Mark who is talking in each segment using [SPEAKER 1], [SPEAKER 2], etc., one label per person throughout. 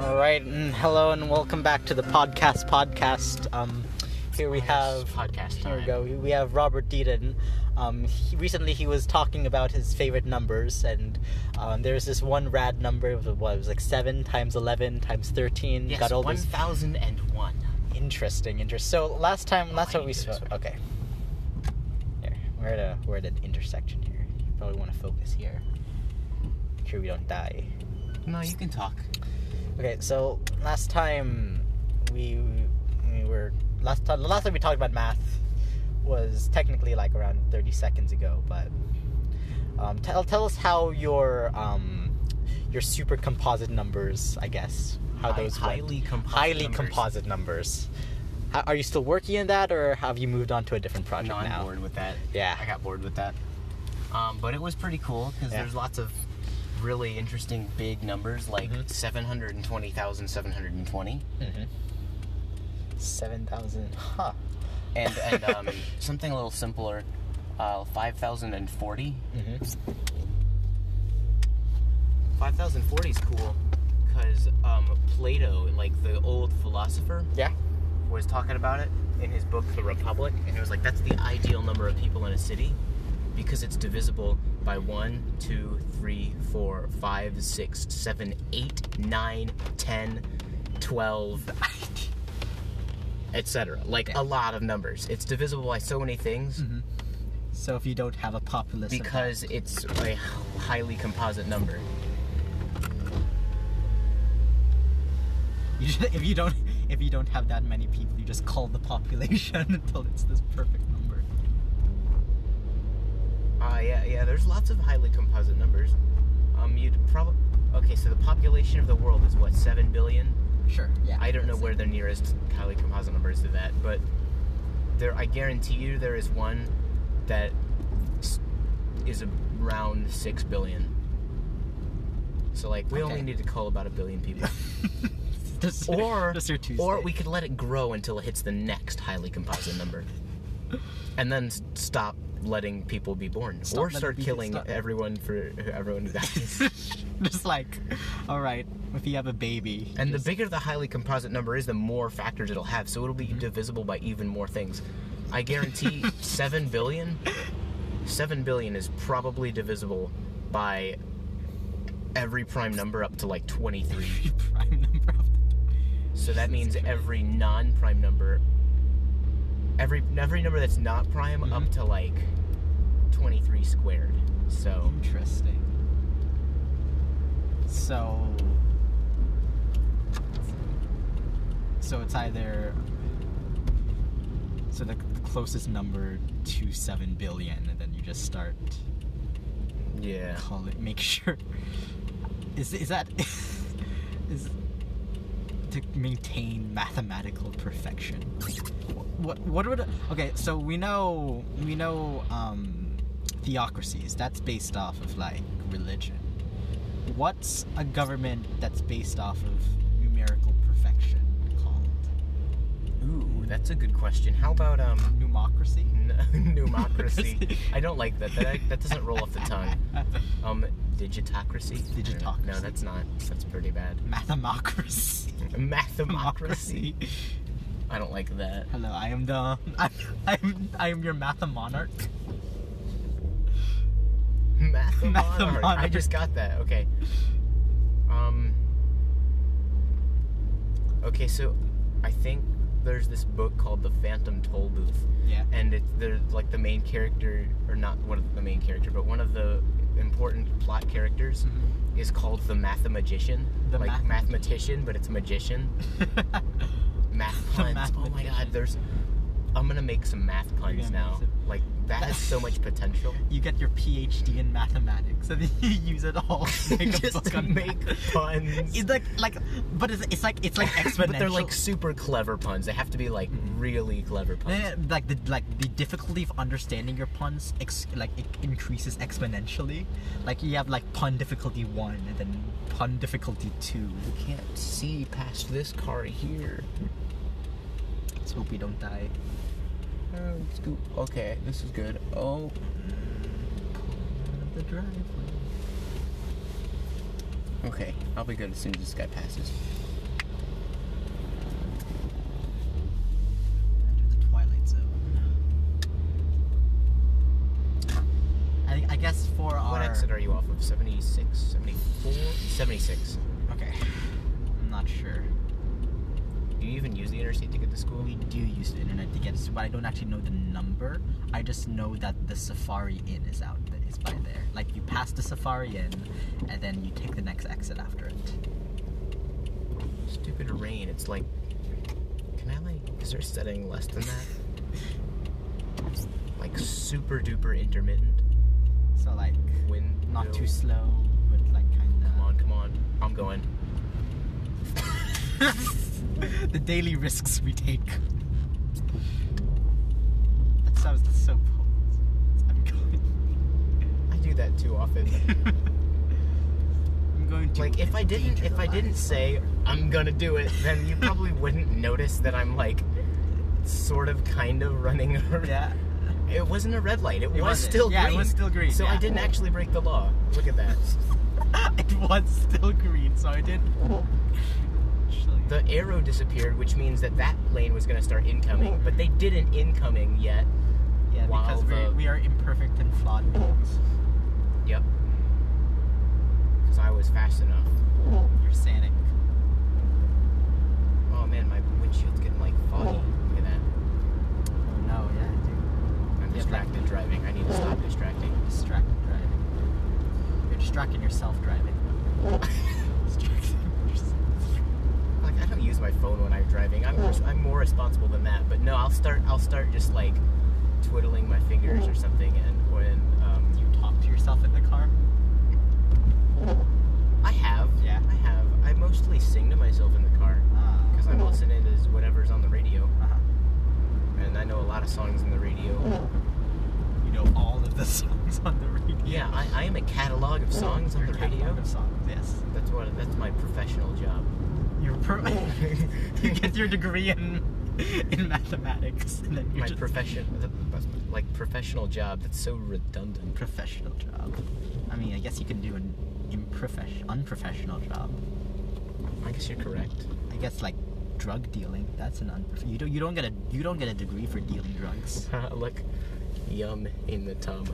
[SPEAKER 1] All right, and hello and welcome back to the podcast. Podcast. Um, here we have
[SPEAKER 2] podcast
[SPEAKER 1] Here we
[SPEAKER 2] time.
[SPEAKER 1] go. We have Robert Deaton. Um, he, recently he was talking about his favorite numbers, and um, there's this one rad number of what it was like seven times eleven times thirteen.
[SPEAKER 2] Yes,
[SPEAKER 1] Got all
[SPEAKER 2] one
[SPEAKER 1] those
[SPEAKER 2] thousand and one.
[SPEAKER 1] interesting, interest. So last time, last
[SPEAKER 2] Oh, I
[SPEAKER 1] time we
[SPEAKER 2] need to do this
[SPEAKER 1] spoke.
[SPEAKER 2] one.
[SPEAKER 1] Okay. Here, we're at a we're at an intersection here. You probably want to focus here. Make sure we don't die.
[SPEAKER 2] No, you can talk.
[SPEAKER 1] Okay, so last time we we were last time the last time we talked about math was technically like around thirty seconds ago, but um, tell tell us how your um, your super composite numbers, I guess, how
[SPEAKER 2] Hi-
[SPEAKER 1] those
[SPEAKER 2] highly
[SPEAKER 1] went.
[SPEAKER 2] composite
[SPEAKER 1] highly
[SPEAKER 2] numbers.
[SPEAKER 1] composite numbers. How, are you still working in that, or have you moved on to a different project
[SPEAKER 2] no, I'm
[SPEAKER 1] now?
[SPEAKER 2] bored with that.
[SPEAKER 1] Yeah.
[SPEAKER 2] I got bored with that. Um, but it was pretty cool because
[SPEAKER 1] Yeah.
[SPEAKER 2] there's lots of really interesting big numbers like
[SPEAKER 1] Mhm.
[SPEAKER 2] seven hundred and twenty thousand seven hundred and twenty,
[SPEAKER 1] Mm-hmm. Seven thousand, huh?
[SPEAKER 2] and and um, something a little simpler, uh, five thousand and forty.
[SPEAKER 1] Mm-hmm.
[SPEAKER 2] Five thousand forty is cool because um, Plato, like the old philosopher,
[SPEAKER 1] Yeah.
[SPEAKER 2] was talking about it in his book The Republic, and it was like that's the ideal number of people in a city because it's divisible by one, two, three, four, five, six, seven, eight, nine, ten, twelve, etc. Like
[SPEAKER 1] Yeah.
[SPEAKER 2] a lot of numbers. It's divisible by so many things
[SPEAKER 1] So if you don't have a populace, of that-
[SPEAKER 2] because it's a highly composite number.
[SPEAKER 1] You just, if you don't if you don't have that many people, you just call the population until it's this perfect number.
[SPEAKER 2] Ah, yeah, yeah. There's lots of highly composite numbers. Um, you'd probably okay. So the population of the world is what seven billion.
[SPEAKER 1] Sure. Yeah.
[SPEAKER 2] I don't know where the nearest highly composite number is to that, but there, I guarantee you, there is one that s- is around six billion. So like, we only
[SPEAKER 1] Okay.
[SPEAKER 2] need to call about a billion people,
[SPEAKER 1] This,
[SPEAKER 2] or
[SPEAKER 1] this your Tuesday.
[SPEAKER 2] or we could let it grow until it hits the next highly composite number, and then s- stop letting people be born,
[SPEAKER 1] Stop
[SPEAKER 2] or
[SPEAKER 1] letting
[SPEAKER 2] start
[SPEAKER 1] people-
[SPEAKER 2] killing
[SPEAKER 1] stop-
[SPEAKER 2] everyone for everyone who dies.
[SPEAKER 1] just like, all right, if you have a baby,
[SPEAKER 2] And the bigger the highly composite number is, the more factors it'll have. So it'll be divisible by even more things. I guarantee 7 billion 7 billion is probably divisible by every prime number up to like 23.
[SPEAKER 1] big prime number of the
[SPEAKER 2] So that means every non-prime number every every number that's not prime up to like 23 squared. So
[SPEAKER 1] interesting. So, so it's either so the, the closest number to seven billion, and then you just start
[SPEAKER 2] yeah.
[SPEAKER 1] call it make sure is is that is to maintain mathematical perfection what what would okay so we know we know um theocracies that's based off of like religion what's a government that's based off of numerical perfection called
[SPEAKER 2] Ooh, that's a good question. How about um
[SPEAKER 1] numocracy
[SPEAKER 2] N- Pneumocracy. I don't like that. That that doesn't roll off the tongue. Um, digitocracy.
[SPEAKER 1] Digitocracy.
[SPEAKER 2] No, that's not. That's pretty bad.
[SPEAKER 1] mathemocracy
[SPEAKER 2] Mathemocracy. I don't like that.
[SPEAKER 1] Hello, I am the I'm I'm, I'm your math monarch.
[SPEAKER 2] Mathemonarch. I
[SPEAKER 1] Mathemonarch.
[SPEAKER 2] just got that. Okay. Um. Okay, so I think there's this book called The Phantom Toll Booth.
[SPEAKER 1] Yeah.
[SPEAKER 2] and it's the like the main character or not one of the main character but one of the important plot characters is called the mathemagician
[SPEAKER 1] Mm-hmm. The
[SPEAKER 2] like
[SPEAKER 1] mathemagician.
[SPEAKER 2] mathematician but it's a magician math puns oh my god
[SPEAKER 1] mathematician.
[SPEAKER 2] there's i'm gonna make some math puns
[SPEAKER 1] gonna
[SPEAKER 2] now
[SPEAKER 1] make some-
[SPEAKER 2] like that has so much potential
[SPEAKER 1] you get your PhD in mathematics, and you use it all to make a
[SPEAKER 2] Just
[SPEAKER 1] book
[SPEAKER 2] to
[SPEAKER 1] on
[SPEAKER 2] make
[SPEAKER 1] math.
[SPEAKER 2] puns.
[SPEAKER 1] It's like like, but it's, it's like it's like exponential.
[SPEAKER 2] but they're like super clever puns they have to be like really clever puns
[SPEAKER 1] Eh, like the like the difficulty of understanding your puns ex- like it increases exponentially. Like you have like pun difficulty one, and then pun difficulty two.
[SPEAKER 2] you can't see past this car here
[SPEAKER 1] Let's hope we don't die.
[SPEAKER 2] Oh, it's good. okay this is good oh
[SPEAKER 1] Out of the driveway.
[SPEAKER 2] Okay, I'll be good as soon as this guy passes. 76, 74, 76.
[SPEAKER 1] Okay. I'm not sure.
[SPEAKER 2] Do you even use the interstate to get to school?
[SPEAKER 1] We do use the internet to get this, but I don't actually know the number. I just know that the Safari Inn is out, that is by there. Like, you pass the Safari Inn, and then you take the next exit after it.
[SPEAKER 2] Stupid rain. It's like, can I like? Is there a setting less than that? It's, like super duper intermittent.
[SPEAKER 1] So, like,
[SPEAKER 2] Wind.
[SPEAKER 1] not
[SPEAKER 2] no.
[SPEAKER 1] too slow, but like kinda.
[SPEAKER 2] Come on, come on. I'm going.
[SPEAKER 1] the daily risks we take. That sounds that's so bold. I'm going.
[SPEAKER 2] I do that too often.
[SPEAKER 1] I'm going to.
[SPEAKER 2] like if I didn't,
[SPEAKER 1] endanger
[SPEAKER 2] if
[SPEAKER 1] the
[SPEAKER 2] I didn't
[SPEAKER 1] lives
[SPEAKER 2] say
[SPEAKER 1] of-
[SPEAKER 2] I'm gonna do it, then you probably wouldn't notice that I'm like, sort of, kind of running. Around.
[SPEAKER 1] Yeah.
[SPEAKER 2] It wasn't a red light. It, was
[SPEAKER 1] wasn't.
[SPEAKER 2] still
[SPEAKER 1] Yeah, it
[SPEAKER 2] green.
[SPEAKER 1] was still green,
[SPEAKER 2] So I
[SPEAKER 1] yeah.
[SPEAKER 2] didn't actually break the law. Look at that.
[SPEAKER 1] it was still green, so I did. Actually,
[SPEAKER 2] the arrow disappeared, which means that that lane was going to start incoming, but they didn't incoming yet.
[SPEAKER 1] yeah,
[SPEAKER 2] while
[SPEAKER 1] because we're,
[SPEAKER 2] the-
[SPEAKER 1] we are imperfect and flawed beings.
[SPEAKER 2] Yep. Because I was fast enough.
[SPEAKER 1] You're Sanic.
[SPEAKER 2] Oh man, my windshield's getting like foggy. Look at that.
[SPEAKER 1] No, yeah, I do.
[SPEAKER 2] I'm
[SPEAKER 1] Yeah,
[SPEAKER 2] distracted driving. I need to stop distracting.
[SPEAKER 1] Distracted driving. You're distracting yourself driving. Distracting yourself.
[SPEAKER 2] Like I don't use my phone when I'm driving. I'm res- I'm more responsible than that. But no, I'll start I'll start just like twiddling my fingers
[SPEAKER 1] Mm.
[SPEAKER 2] or something, and when um,
[SPEAKER 1] You talk to yourself in the car.
[SPEAKER 2] I have
[SPEAKER 1] Yeah. Uh,
[SPEAKER 2] I have I mostly sing to myself in the car because I'm listening to whatever's on the radio.
[SPEAKER 1] Ah. Uh-huh.
[SPEAKER 2] and I know a lot of songs in the radio.
[SPEAKER 1] Mm. You know all of the songs on the radio.
[SPEAKER 2] Yeah, I, I am a catalog of songs on
[SPEAKER 1] Your
[SPEAKER 2] the radio.
[SPEAKER 1] Mm. catalog of songs. Yes.
[SPEAKER 2] That's what that's my professional job.
[SPEAKER 1] You're per- you get your degree in in mathematics, and then you're
[SPEAKER 2] my
[SPEAKER 1] just
[SPEAKER 2] profession, that's my, like professional job. That's so redundant.
[SPEAKER 1] professional job. I mean, I guess you can do an improfesh- unprofessional job.
[SPEAKER 2] I guess you're correct.
[SPEAKER 1] I guess like drug dealing. That's an unprof- you don't you don't get a you don't get a degree for dealing drugs.
[SPEAKER 2] Look, yum in the tub.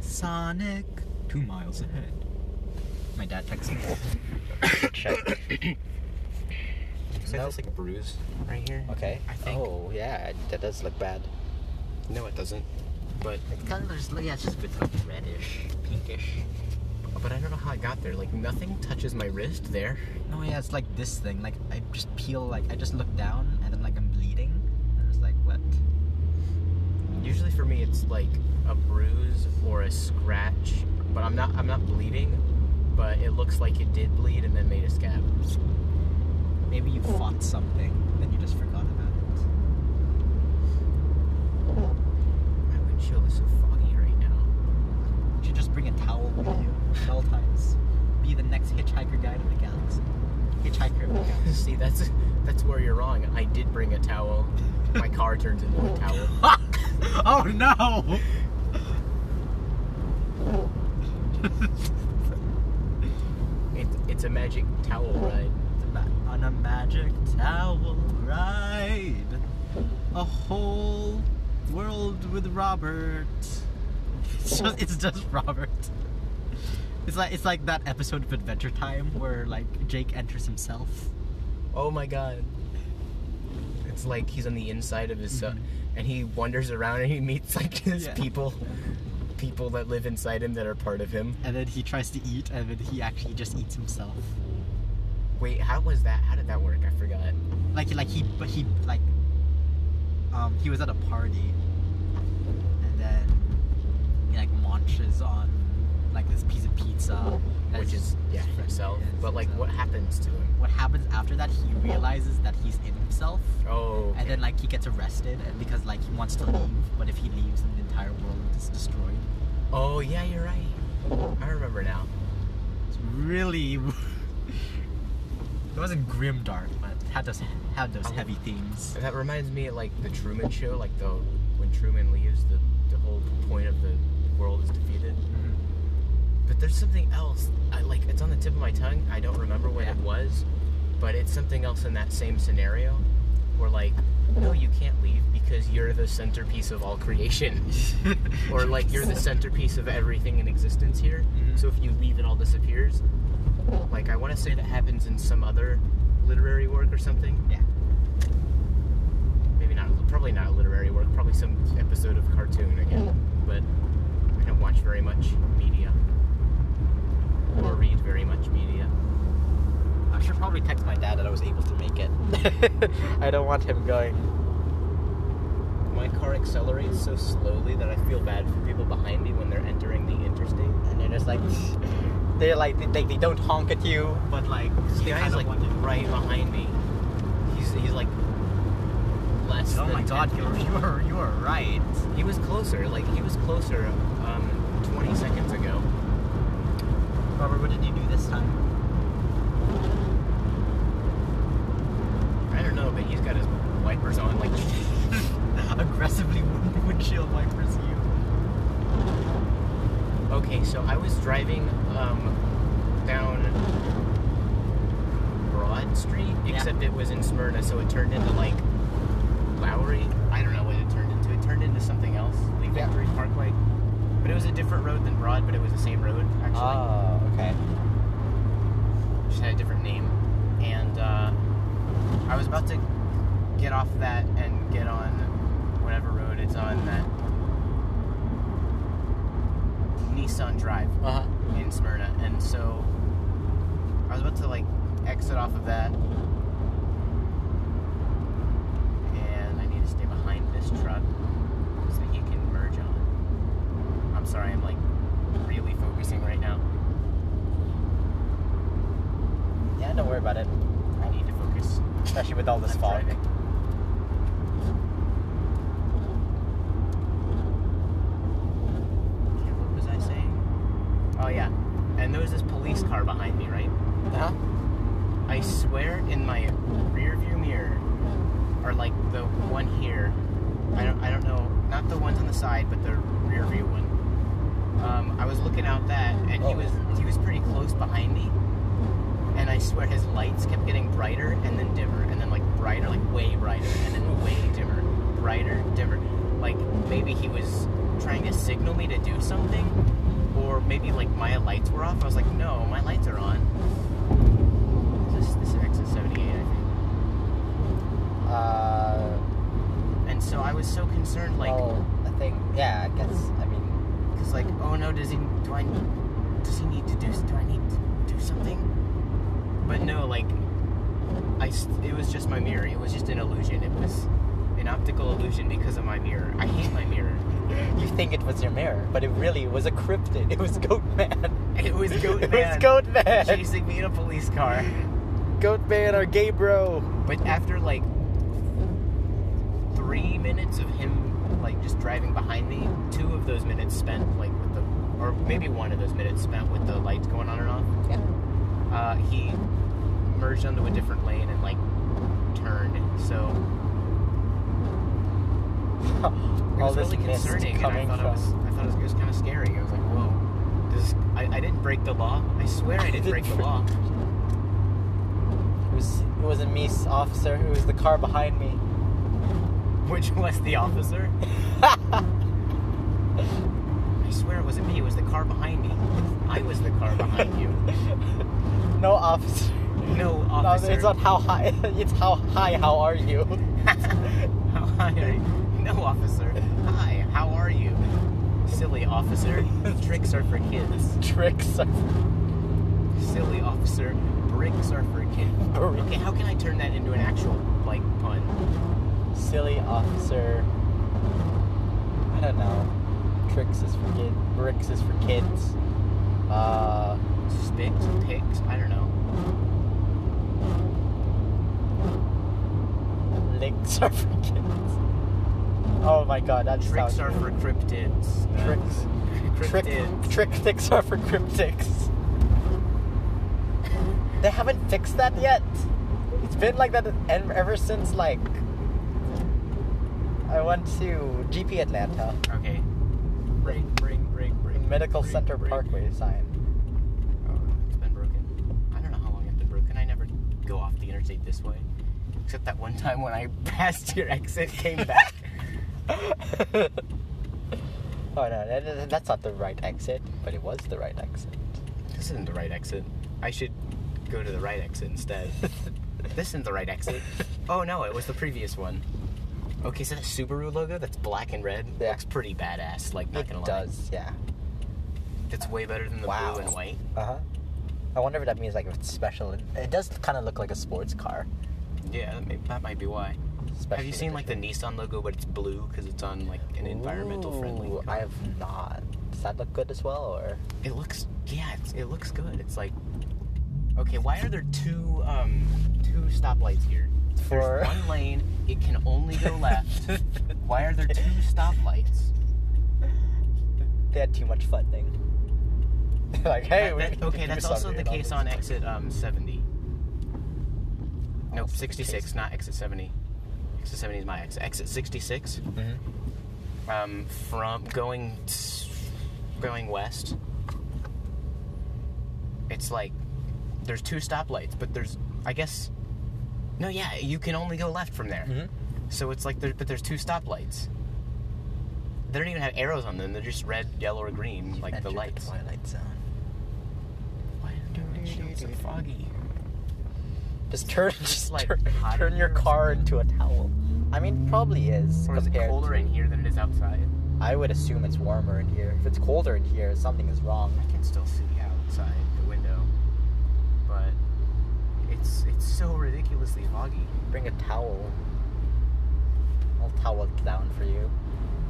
[SPEAKER 1] Sonic, two miles ahead. My dad texts me. Check.
[SPEAKER 2] Is that
[SPEAKER 1] Nope.
[SPEAKER 2] just like a bruise right here?
[SPEAKER 1] Okay.
[SPEAKER 2] I think.
[SPEAKER 1] Oh yeah, that does look bad.
[SPEAKER 2] No, it doesn't. But
[SPEAKER 1] It's kind of just yeah, it's just a bit like reddish, pinkish.
[SPEAKER 2] but I don't know how I got there. Like nothing touches my wrist there.
[SPEAKER 1] No, yeah, it's like this thing. Like I just peel, like I just look down, and then like I'm bleeding, and it's like what?
[SPEAKER 2] Usually for me it's like a bruise or a scratch, but I'm not I'm not bleeding, but it looks like it did bleed and then made a scab.
[SPEAKER 1] Maybe you fought something, then you just forgot about it.
[SPEAKER 2] My windshield is so foggy right now.
[SPEAKER 1] You should just bring a towel with you at all times. Be the next hitchhiker guide of the galaxy. Hitchhiker of the galaxy.
[SPEAKER 2] See, that's that's where you're wrong. I did bring a towel. My car turns into a towel.
[SPEAKER 1] oh no!
[SPEAKER 2] It, it's a magic towel ride.
[SPEAKER 1] On a magic towel ride, a whole world with Robert. It's just, it's just Robert. It's like it's like that episode of Adventure Time where like Jake enters himself.
[SPEAKER 2] Oh my god. It's like he's on the inside of his son and he wanders around and he meets like his
[SPEAKER 1] Mm-hmm. Yeah.
[SPEAKER 2] people people that live inside him that are part of him.
[SPEAKER 1] And then he tries to eat, and then he actually just eats himself.
[SPEAKER 2] Wait, how was that? How did that work? I forgot.
[SPEAKER 1] Like like he but he like um he was at a party, and then he like munches on like this piece of pizza, and it's
[SPEAKER 2] Which is yeah
[SPEAKER 1] just-
[SPEAKER 2] himself.
[SPEAKER 1] yeah, it's
[SPEAKER 2] But like, what
[SPEAKER 1] himself.
[SPEAKER 2] happens to him?
[SPEAKER 1] what happens after that he realizes that he's in himself
[SPEAKER 2] Oh,
[SPEAKER 1] and then like he gets arrested and because like he wants to leave but if he leaves then the entire world is destroyed
[SPEAKER 2] oh yeah, you're right. I remember now.
[SPEAKER 1] it's really it wasn't grim dark but it had those had those heavy themes
[SPEAKER 2] That reminds me of like the Truman Show, like the when Truman leaves, the the whole point of the world is defeated. But there's something else. I like it's on the tip of my tongue. I don't remember what it
[SPEAKER 1] Yeah.
[SPEAKER 2] was, but it's something else in that same scenario, where like no, you can't leave because you're the centerpiece of all creation. or like you're the centerpiece of everything in existence here.
[SPEAKER 1] Mhm.
[SPEAKER 2] So if you leave, it all disappears. Like I want to say that happens in some other literary work or something.
[SPEAKER 1] Yeah.
[SPEAKER 2] Maybe not. Probably not a literary work. Probably some episode of cartoon again. But I don't watch very much media or read very much media.
[SPEAKER 1] I should probably text my dad that I was able to make it. I don't want him going.
[SPEAKER 2] My car accelerates so slowly that I feel bad for people behind me when they're entering the interstate.
[SPEAKER 1] And they're just like, they're like, they, they don't honk at you, but like,
[SPEAKER 2] This
[SPEAKER 1] they
[SPEAKER 2] guy's
[SPEAKER 1] kinda
[SPEAKER 2] like
[SPEAKER 1] want to-
[SPEAKER 2] right behind me. He's he's like less.
[SPEAKER 1] Oh
[SPEAKER 2] than
[SPEAKER 1] my
[SPEAKER 2] 10
[SPEAKER 1] god, you were,
[SPEAKER 2] feet.
[SPEAKER 1] you were, you were right.
[SPEAKER 2] He was closer. Like he was closer um, 20 seconds ago.
[SPEAKER 1] Robert, what did you do this time?
[SPEAKER 2] I don't know, but he's got his wipers on. Like
[SPEAKER 1] Aggressively wind- windshield wipers you.
[SPEAKER 2] okay, so I was driving um, down Broad Street,
[SPEAKER 1] Yeah.
[SPEAKER 2] except it was in Smyrna, so it turned into like Lowry. I don't know what it turned into. It turned into something else, like
[SPEAKER 1] Yeah.
[SPEAKER 2] Victory Parkway. But it was a different road than Broad, but it was the same road actually.
[SPEAKER 1] Ah.
[SPEAKER 2] Ah,
[SPEAKER 1] okay.
[SPEAKER 2] just had a different name. And uh, I was about to get off that and get on whatever road it's on that Nissan Drive
[SPEAKER 1] Uh huh.
[SPEAKER 2] in Smyrna. And so I was about to like exit off of that. And I need to stay behind this truck so he can merge on. I'm sorry, I'm like really focusing right now.
[SPEAKER 1] Yeah, don't worry about it.
[SPEAKER 2] I need to focus.
[SPEAKER 1] Especially with all this
[SPEAKER 2] I'm
[SPEAKER 1] fog.
[SPEAKER 2] driving. Okay, what was I saying? Oh yeah, and there was this police car behind me, right?
[SPEAKER 1] Huh?
[SPEAKER 2] I swear, in my rearview mirror, or like the one here, I don't, I don't know, not the ones on the side, but the rearview one. Um, I was looking out that, and he
[SPEAKER 1] Oh.
[SPEAKER 2] was, he was pretty close behind me, and I swear his lights kept getting brighter and then dimmer, and then like brighter, like way brighter, and then way dimmer, brighter, dimmer. Like maybe he was trying to signal me to do something, or maybe like my lights were off. I was like, no, my lights are on. This, this is exit 78, I think.
[SPEAKER 1] Uh,
[SPEAKER 2] And so I was so concerned, like,
[SPEAKER 1] I think, yeah, I guess, I mean,
[SPEAKER 2] because like, oh no, does he? Do I? Does he need to do? Do I need to do something? But no, like, I. s- It was just my mirror. It was just an illusion. It was an optical illusion because of my mirror. I hate my mirror.
[SPEAKER 1] you think it was your mirror, but it really was a cryptid. It was Goat Man.
[SPEAKER 2] It was Goat
[SPEAKER 1] It was
[SPEAKER 2] Man
[SPEAKER 1] Goat Man.
[SPEAKER 2] chasing me in a police car.
[SPEAKER 1] Goat Man or Gay Bro.
[SPEAKER 2] But after like three minutes of him like just driving behind me, two of those minutes spent like with the, or maybe one of those minutes spent with the lights going on and off.
[SPEAKER 1] Yeah.
[SPEAKER 2] uh, he merged onto a different lane and like turned. So it
[SPEAKER 1] All
[SPEAKER 2] was
[SPEAKER 1] this
[SPEAKER 2] really
[SPEAKER 1] mist
[SPEAKER 2] concerning. And I
[SPEAKER 1] coming
[SPEAKER 2] thought it
[SPEAKER 1] from.
[SPEAKER 2] was I thought it was, kind of scary. I was like, whoa, this I, I didn't break the law. I swear I didn't break the law.
[SPEAKER 1] It was it was a Mies officer who was the car behind me.
[SPEAKER 2] Which was the officer? I swear it wasn't me. It was the car behind me. I was the car behind you.
[SPEAKER 1] no officer.
[SPEAKER 2] No
[SPEAKER 1] No,
[SPEAKER 2] officer.
[SPEAKER 1] it's not how high. It's how high. How are you?
[SPEAKER 2] How are you? No, officer. Hi, how are you? Silly officer. Tricks are for kids.
[SPEAKER 1] Tricks are
[SPEAKER 2] Silly officer. Bricks are for kids.
[SPEAKER 1] very
[SPEAKER 2] Okay, how can I turn that into an actual, like, pun?
[SPEAKER 1] silly officer. I don't know. Tricks is for kids. Bricks is for kids. Uh,
[SPEAKER 2] Spicks? Picks? I don't know.
[SPEAKER 1] licks are for kids. Oh my god, that
[SPEAKER 2] Tricks
[SPEAKER 1] sounds
[SPEAKER 2] are for cryptids. Uh,
[SPEAKER 1] tricks.
[SPEAKER 2] Cryptids.
[SPEAKER 1] Trick, trictics are for cryptics. they haven't fixed that yet. It's been like that en- ever since like I went to GP Atlanta,
[SPEAKER 2] Okay. Break, break, break, break.
[SPEAKER 1] Medical
[SPEAKER 2] break,
[SPEAKER 1] Center
[SPEAKER 2] break.
[SPEAKER 1] Parkway sign.
[SPEAKER 2] Oh, it's been broken. I don't know how long it's been broken. I never go off the interstate this way. Except that one time when I passed your exit, came back. oh
[SPEAKER 1] Oh,
[SPEAKER 2] no, that- that- that's not the right exit, but it was the right exit. This isn't the right exit. I should go to the right exit instead. this isn't the right exit. Oh no, it was the previous one. Okay, so that Subaru logo that's black and red
[SPEAKER 1] Yeah.
[SPEAKER 2] looks pretty badass. Like, not gonna
[SPEAKER 1] it
[SPEAKER 2] lie.
[SPEAKER 1] does, yeah.
[SPEAKER 2] It's way better than the
[SPEAKER 1] Wow.
[SPEAKER 2] blue and white.
[SPEAKER 1] Uh huh. I wonder if that means like if it's special. It, it does kind of look like a sports car.
[SPEAKER 2] Yeah, that, may, that might be why.
[SPEAKER 1] Special
[SPEAKER 2] Have you seen like the
[SPEAKER 1] edition.
[SPEAKER 2] Nissan logo, but it's blue because it's on like an environmental friendly?
[SPEAKER 1] Ooh,
[SPEAKER 2] car?
[SPEAKER 1] I have not. Does that look good as well, or
[SPEAKER 2] It looks yeah, it's, it looks good. It's like okay, why are there two um two stoplights here?
[SPEAKER 1] For-
[SPEAKER 2] There's one lane, it can only go left. why are there two stoplights?
[SPEAKER 1] they had too much funding? like, hey,
[SPEAKER 2] That-
[SPEAKER 1] we
[SPEAKER 2] that-
[SPEAKER 1] need to
[SPEAKER 2] okay,
[SPEAKER 1] do
[SPEAKER 2] that's also
[SPEAKER 1] something and
[SPEAKER 2] the
[SPEAKER 1] all
[SPEAKER 2] case
[SPEAKER 1] this.
[SPEAKER 2] on exit um seventy.
[SPEAKER 1] Also
[SPEAKER 2] Nope,
[SPEAKER 1] Oh, the
[SPEAKER 2] sixty six,
[SPEAKER 1] case.
[SPEAKER 2] not exit seventy. Exit seventy is my exit. Exit sixty six.
[SPEAKER 1] Mhm.
[SPEAKER 2] Um, from going s- going west. It's like there's two stoplights, but there's I guess no, yeah, you can only go left from there.
[SPEAKER 1] Mhm.
[SPEAKER 2] So it's like there, but there's two stoplights. They don't even have arrows on them. They're just red, yellow, or green, like
[SPEAKER 1] Enter
[SPEAKER 2] the lights.
[SPEAKER 1] Twilight Zone.
[SPEAKER 2] Why do they show it so foggy?
[SPEAKER 1] Just turn,
[SPEAKER 2] Just
[SPEAKER 1] just
[SPEAKER 2] like
[SPEAKER 1] turn,
[SPEAKER 2] hot
[SPEAKER 1] turn
[SPEAKER 2] in
[SPEAKER 1] your
[SPEAKER 2] here or
[SPEAKER 1] car into a towel. I mean, it probably is.
[SPEAKER 2] Or is it
[SPEAKER 1] compared
[SPEAKER 2] colder
[SPEAKER 1] to-
[SPEAKER 2] in here than it is outside?
[SPEAKER 1] I would assume it's warmer in here. If it's colder in here, something is wrong.
[SPEAKER 2] I can still see outside the window, but it's it's so ridiculously foggy.
[SPEAKER 1] Bring a towel. I'll towel it down for you.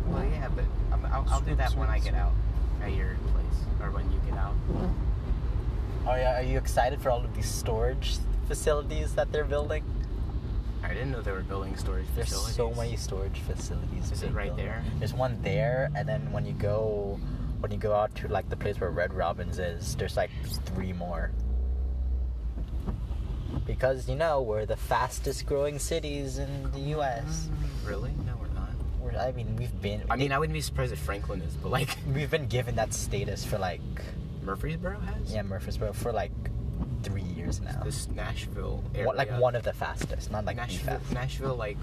[SPEAKER 2] Well, yeah, but I'm, I'll, I'll do that when I get out at your place or when you get out.
[SPEAKER 1] Are you, Oh, are you excited for all of these storage facilities that they're building?
[SPEAKER 2] I didn't know they were building storage
[SPEAKER 1] There's
[SPEAKER 2] facilities.
[SPEAKER 1] so many storage facilities.
[SPEAKER 2] Is it
[SPEAKER 1] being
[SPEAKER 2] right
[SPEAKER 1] built.
[SPEAKER 2] there?
[SPEAKER 1] There's one there, and then when you go, when you go out to like the place where Red Robins is, there's like three more. Because you know we're the fastest growing cities in the U.S.
[SPEAKER 2] Mm, Really? No, we're not.
[SPEAKER 1] We're, I mean, we've been
[SPEAKER 2] Mm-hmm. I mean, I wouldn't be surprised if Franklin is, but like
[SPEAKER 1] we've been given that status for like
[SPEAKER 2] Murfreesboro has.
[SPEAKER 1] yeah Murfreesboro for like three years now.
[SPEAKER 2] This Nashville area.
[SPEAKER 1] What, like one of the fastest, not like the
[SPEAKER 2] Nashville,
[SPEAKER 1] fastest.
[SPEAKER 2] Nashville, like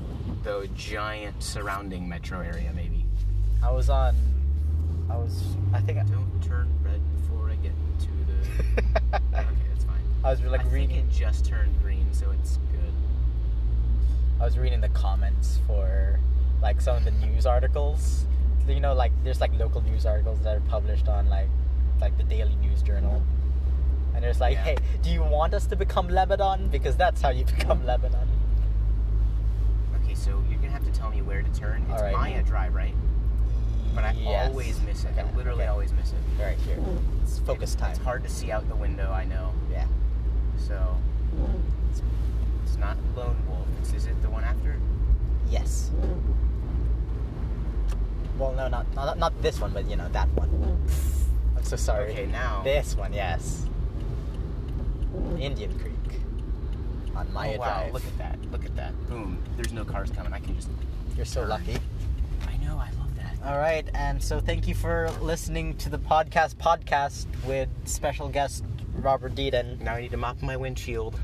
[SPEAKER 2] the giant surrounding metro area, maybe.
[SPEAKER 1] I was on. I was. I think I,
[SPEAKER 2] Don't turn red before I get to the. okay, it's fine.
[SPEAKER 1] I was like
[SPEAKER 2] I
[SPEAKER 1] reading.
[SPEAKER 2] think it just turned green, so it's good.
[SPEAKER 1] I was reading the comments for like some of the news articles. You know, like there's like local news articles that are published on like like the Daily News Journal, and there's like,
[SPEAKER 2] Yeah.
[SPEAKER 1] hey, do you want us to become Lebanon? Because that's how you become Lebanon.
[SPEAKER 2] Okay, so you're gonna have to tell me where to turn. It's
[SPEAKER 1] All right.
[SPEAKER 2] Maya Drive, right? But I
[SPEAKER 1] Yes.
[SPEAKER 2] always miss it.
[SPEAKER 1] Okay,
[SPEAKER 2] I literally
[SPEAKER 1] okay.
[SPEAKER 2] always miss it.
[SPEAKER 1] All right here. It's focus
[SPEAKER 2] It's-
[SPEAKER 1] time.
[SPEAKER 2] It's hard to see out the window. I know.
[SPEAKER 1] Yeah.
[SPEAKER 2] So it's, it's not Lone Wolf. It's is it the one after?
[SPEAKER 1] Yes. Well, no, not not not this one, but you know that one. I'm so sorry.
[SPEAKER 2] Mm. Okay, now.
[SPEAKER 1] This one, yes. Indian Creek. On Maya
[SPEAKER 2] oh, wow!
[SPEAKER 1] Drive.
[SPEAKER 2] Look at that! Look at that! Boom! There's no cars coming. I can just.
[SPEAKER 1] You're so lucky.
[SPEAKER 2] I know. I love that.
[SPEAKER 1] All right, and so thank you for listening to the podcast podcast with special guest Robert Deedon.
[SPEAKER 2] Now I need to mop my windshield.